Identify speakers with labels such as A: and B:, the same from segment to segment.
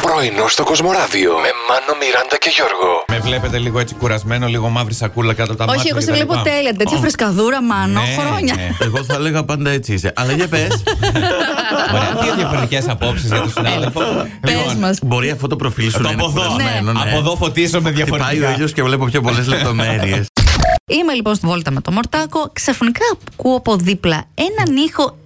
A: Πρωινό στο Κοσμοράδιο με Μάνο, Μιράντα και Γιώργο.
B: Με βλέπετε λίγο έτσι κουρασμένο, λίγο μαύρη σακούλα κάτω από τα μάτια.
C: Όχι, εγώ σε
B: κτλ.
C: βλέπω τέλεια. Τέτοια
B: Ω,
C: φρεσκαδούρα, μάνο,
B: ναι,
C: χρόνια.
B: ναι.
D: Εγώ θα έλεγα πάντα έτσι είσαι. Αλλά για πες.
B: Ωραία, δύο διαφορετικές απόψεις για τον συνάδελφο.
C: Πες
B: Λοιπόν,
C: μας.
D: Μπορεί αυτό το προφίλ σου
B: Το
D: να είναι
B: από εδώ.
D: κουρασμένο, Ναι. ναι.
B: Από εδώ φωτίζω με
D: Χτυπάει
B: διαφορετικά.
D: ο ήλιος και βλέπω πιο πολλές λεπτομέρειες.
C: Είμαι λοιπόν στη βόλτα με το μορτάκο. Ξαφνικά ακούω από δίπλα έναν ήχο.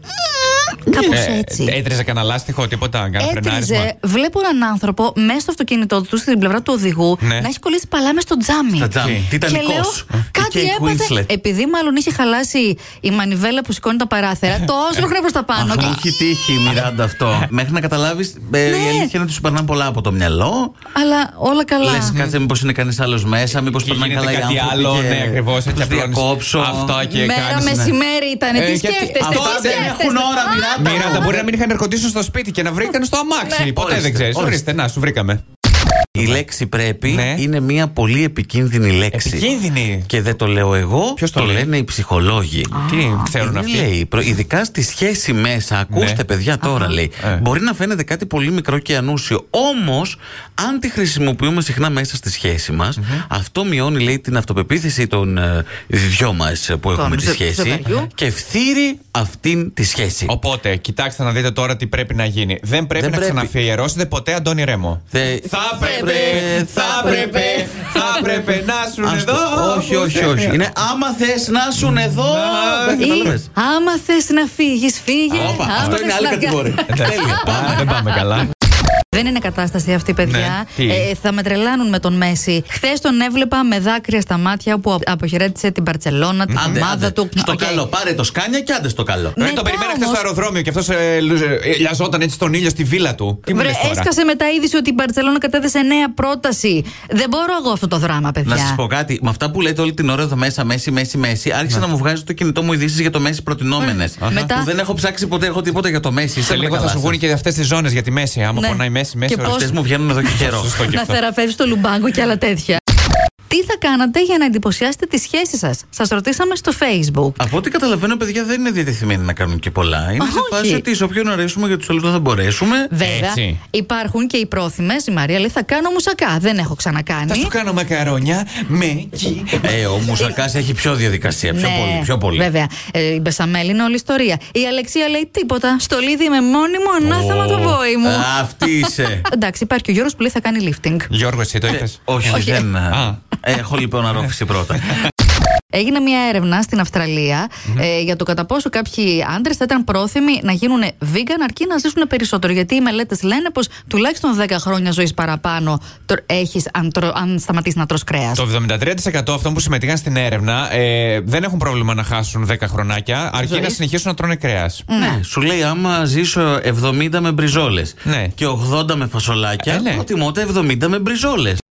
C: Κάπω
B: Ε,
C: έτσι.
B: Έτριζε κανένα λάστιχο, τίποτα, κανένα φρενάρισμα.
C: Έτριζε, Ε, βλέπω έναν άνθρωπο μέσα στο αυτοκίνητό του, στην πλευρά του οδηγού,
B: Ναι.
C: να έχει κολλήσει παλάμες στο τζάμι.
D: Τα τζάμι.
B: Και
C: Και
D: Τιτανικό.
C: λέω,
B: Ε,
C: κάτι έπαθε. Επειδή μάλλον είχε χαλάσει η μανιβέλα που σηκώνει τα παράθυρα, το όσλοχνα προς τα πάνω.
D: Μου
C: και-
D: έχει τύχει η Μιράντα αυτό. Μέχρι να καταλάβεις, η αλήθεια είναι ότι σου περνάνε πολλά από το μυαλό.
C: Αλλά όλα καλά.
D: Λες, κάτσε, μήπως είναι κανείς άλλος μέσα, μήπως
B: Και
D: περνάνε
B: γίνεται
D: καλά οι
B: κάτι
D: άνθρωποι.
B: άλλο,
D: και
B: ναι, ακριβώς. Έτσι
D: τους
B: απλώνεις
D: διακόψω.
B: Αυτά και
C: Μέρα
B: κάνεις, ναι.
C: μεσημέρι ήταν.
B: Ε,
C: Τι
B: γιατί-
C: σκέφτεστε,
B: Αυτά
C: τι
B: δεν
C: σκέφτεστε.
D: έχουν ώρα,
C: Α,
D: Μιράντα.
B: Μοιράτα, μπορεί να μην είχαν ερκοτήσει στο σπίτι και να βρήκαν στο αμάξι.
C: Ναι.
B: Ποτέ δεν
D: Ορίστε,
B: ξέρεις.
D: ορίστε.
B: Ορίστε, να σου βρήκαμε.
D: Η λέξη πρέπει
B: Ναι.
D: είναι μια πολύ επικίνδυνη λέξη.
B: Επικίνδυνη.
D: Και δεν το λέω εγώ,
B: Ποιος το
D: το
B: λέει?
D: λένε οι ψυχολόγοι.
B: Τι ξέρουν
D: Είναι,
B: αυτοί.
D: Λέει, προ- ειδικά στη σχέση μέσα, ακούστε
B: Ναι.
D: παιδιά τώρα λέει.
B: Ε.
D: Μπορεί να φαίνεται κάτι πολύ μικρό και ανούσιο. Όμως, αν τη χρησιμοποιούμε συχνά μέσα στη σχέση μας, αυτό μειώνει λέει την αυτοπεποίθηση των ε, δυο μας που έχουμε τη
C: ζε-
D: σχέση
C: ζευγαριού.
D: και φθύρει αυτήν τη σχέση.
B: Οπότε, κοιτάξτε να δείτε τώρα τι πρέπει να γίνει. Δεν πρέπει
D: Δεν
B: να
D: πρέπει.
B: ξαναφιερώσετε ποτέ Αντώνη Ρέμο.
D: Δε-
B: Θα πρέπει, θα πρέπει, θα πρέπει να σου
D: Ας το-
B: εδώ.
D: όχι,
B: που
D: όχι,
B: σε
D: όχι.
B: χρειάζεται.
D: Είναι άμα θες να σου εδώ.
B: Να-
D: Δεν
C: Ή,
D: καταλαβες.
C: άμα θες να φύγεις, φύγε.
D: Όπα,
C: Άμα
D: αυτό
C: θες
D: είναι άλλη
C: να βγα-
D: κατηγορία. Τέλεια.
B: Α, Δεν πάμε καλά.
C: Δεν είναι κατάσταση αυτή, παιδιά. Ε,
B: Ναι, τι?
C: θα με τρελάνουν με τον Μέση. Χθες τον έβλεπα με δάκρυα στα μάτια που αποχαιρέτησε την Παρσελώνα, την
D: Άντε,
C: ομάδα
D: άντε.
C: του.
D: Στο
C: Οκ.
D: καλό, πάρε το σκάνια και άντε στο καλό.
B: Ε,
C: Μετά
B: το περιμένα χθε στο
C: όμως-
B: αεροδρόμιο και αυτός ε, λιαζόταν έτσι στον ήλιο στη βίλα του. Τι μου
C: Βρε,
B: λες τώρα.
C: έσκασε μετά είδηση ότι η Μπαρσελόνα κατέθεσε νέα πρόταση. Δεν μπορώ εγώ αυτό το δράμα, παιδιά.
D: Να σας πω κάτι. Με αυτά που λέτε όλη την ώρα εδώ μέσα, μέση, μέση, μέση, άρχισε να μου βγάζει το κινητό μου ειδήσεις για το μέση προτινόμενες.
C: Αχα. Μετά-
D: Που δεν έχω ψάξει ποτέ, έχω τίποτα για το μέση.
B: Σε λίγο θα σου βγουν και αυτές τις ζώνες για τη μέση. Άμα
C: Ναι.
B: πονάει μέση, μέση.
C: Και
B: ορίστε.
D: Αυτέ μου βγαίνουν εδώ και καιρό.
B: Σωστό και
C: να
B: αυτό.
C: θεραπεύσει το λουμπάγκο και άλλα τέτοια. Τι θα κάνατε για να εντυπωσιάσετε τη σχέση σας, σας ρωτήσαμε στο Facebook.
D: Από ό,τι καταλαβαίνω, παιδιά δεν είναι διατεθειμένοι να κάνουν και πολλά. Είναι σε
C: Όχι.
D: φάση ότι σε όποιον αρέσουμε για τους άλλους δεν θα μπορέσουμε.
C: Βέβαια,
B: Έτσι.
C: υπάρχουν και οι πρόθυμες. Η Μαρία λέει: Θα κάνω μουσακά. Δεν έχω ξανακάνει.
B: Θα
D: Ναι.
B: σου κάνω μακαρόνια με κι.
D: Ε, ο Μουσακάς έχει πιο διαδικασία. Πιο
C: Ναι,
D: πολύ, πιο πολύ.
C: Βέβαια. Ε, η Μπεσαμέλ είναι όλη ιστορία. Η Αλεξία λέει: Τίποτα. Στο λίδι είμαι μόνη μου, ανάθεμα το βόη μου.
D: Α, Αυτή είσαι.
C: Εντάξει, υπάρχει και ο Γιώργος που λέει θα κάνει lifting.
B: Γιώργος, εσύ το
D: Ναι.
B: είπες.
D: Όχι, δεν.
B: Α.
D: Έχω λοιπόν αρρώφηση πρώτα.
C: Έγινε μια έρευνα στην αυστραλια ε, για το κατά πόσο κάποιοι άντρες θα ήταν πρόθυμοι να γίνουν vegan αρκεί να ζήσουν περισσότερο. Γιατί οι μελέτες λένε πως τουλάχιστον 10 χρόνια ζωής παραπάνω έχεις αν, τρο- αν σταματήσεις να τρως κρέας.
B: Το 73% αυτών που συμμετείχαν στην έρευνα ε, δεν έχουν πρόβλημα να χάσουν 10 χρονάκια, αρκεί να συνεχίσουν να τρώνε κρέας.
D: Ναι, σου λέει άμα ζήσω 70 με μπριζόλες
B: Ναι.
D: και 80 με φασολάκια,
B: Ε, ναι.
D: προτιμώ τα 70 με μπριζόλες.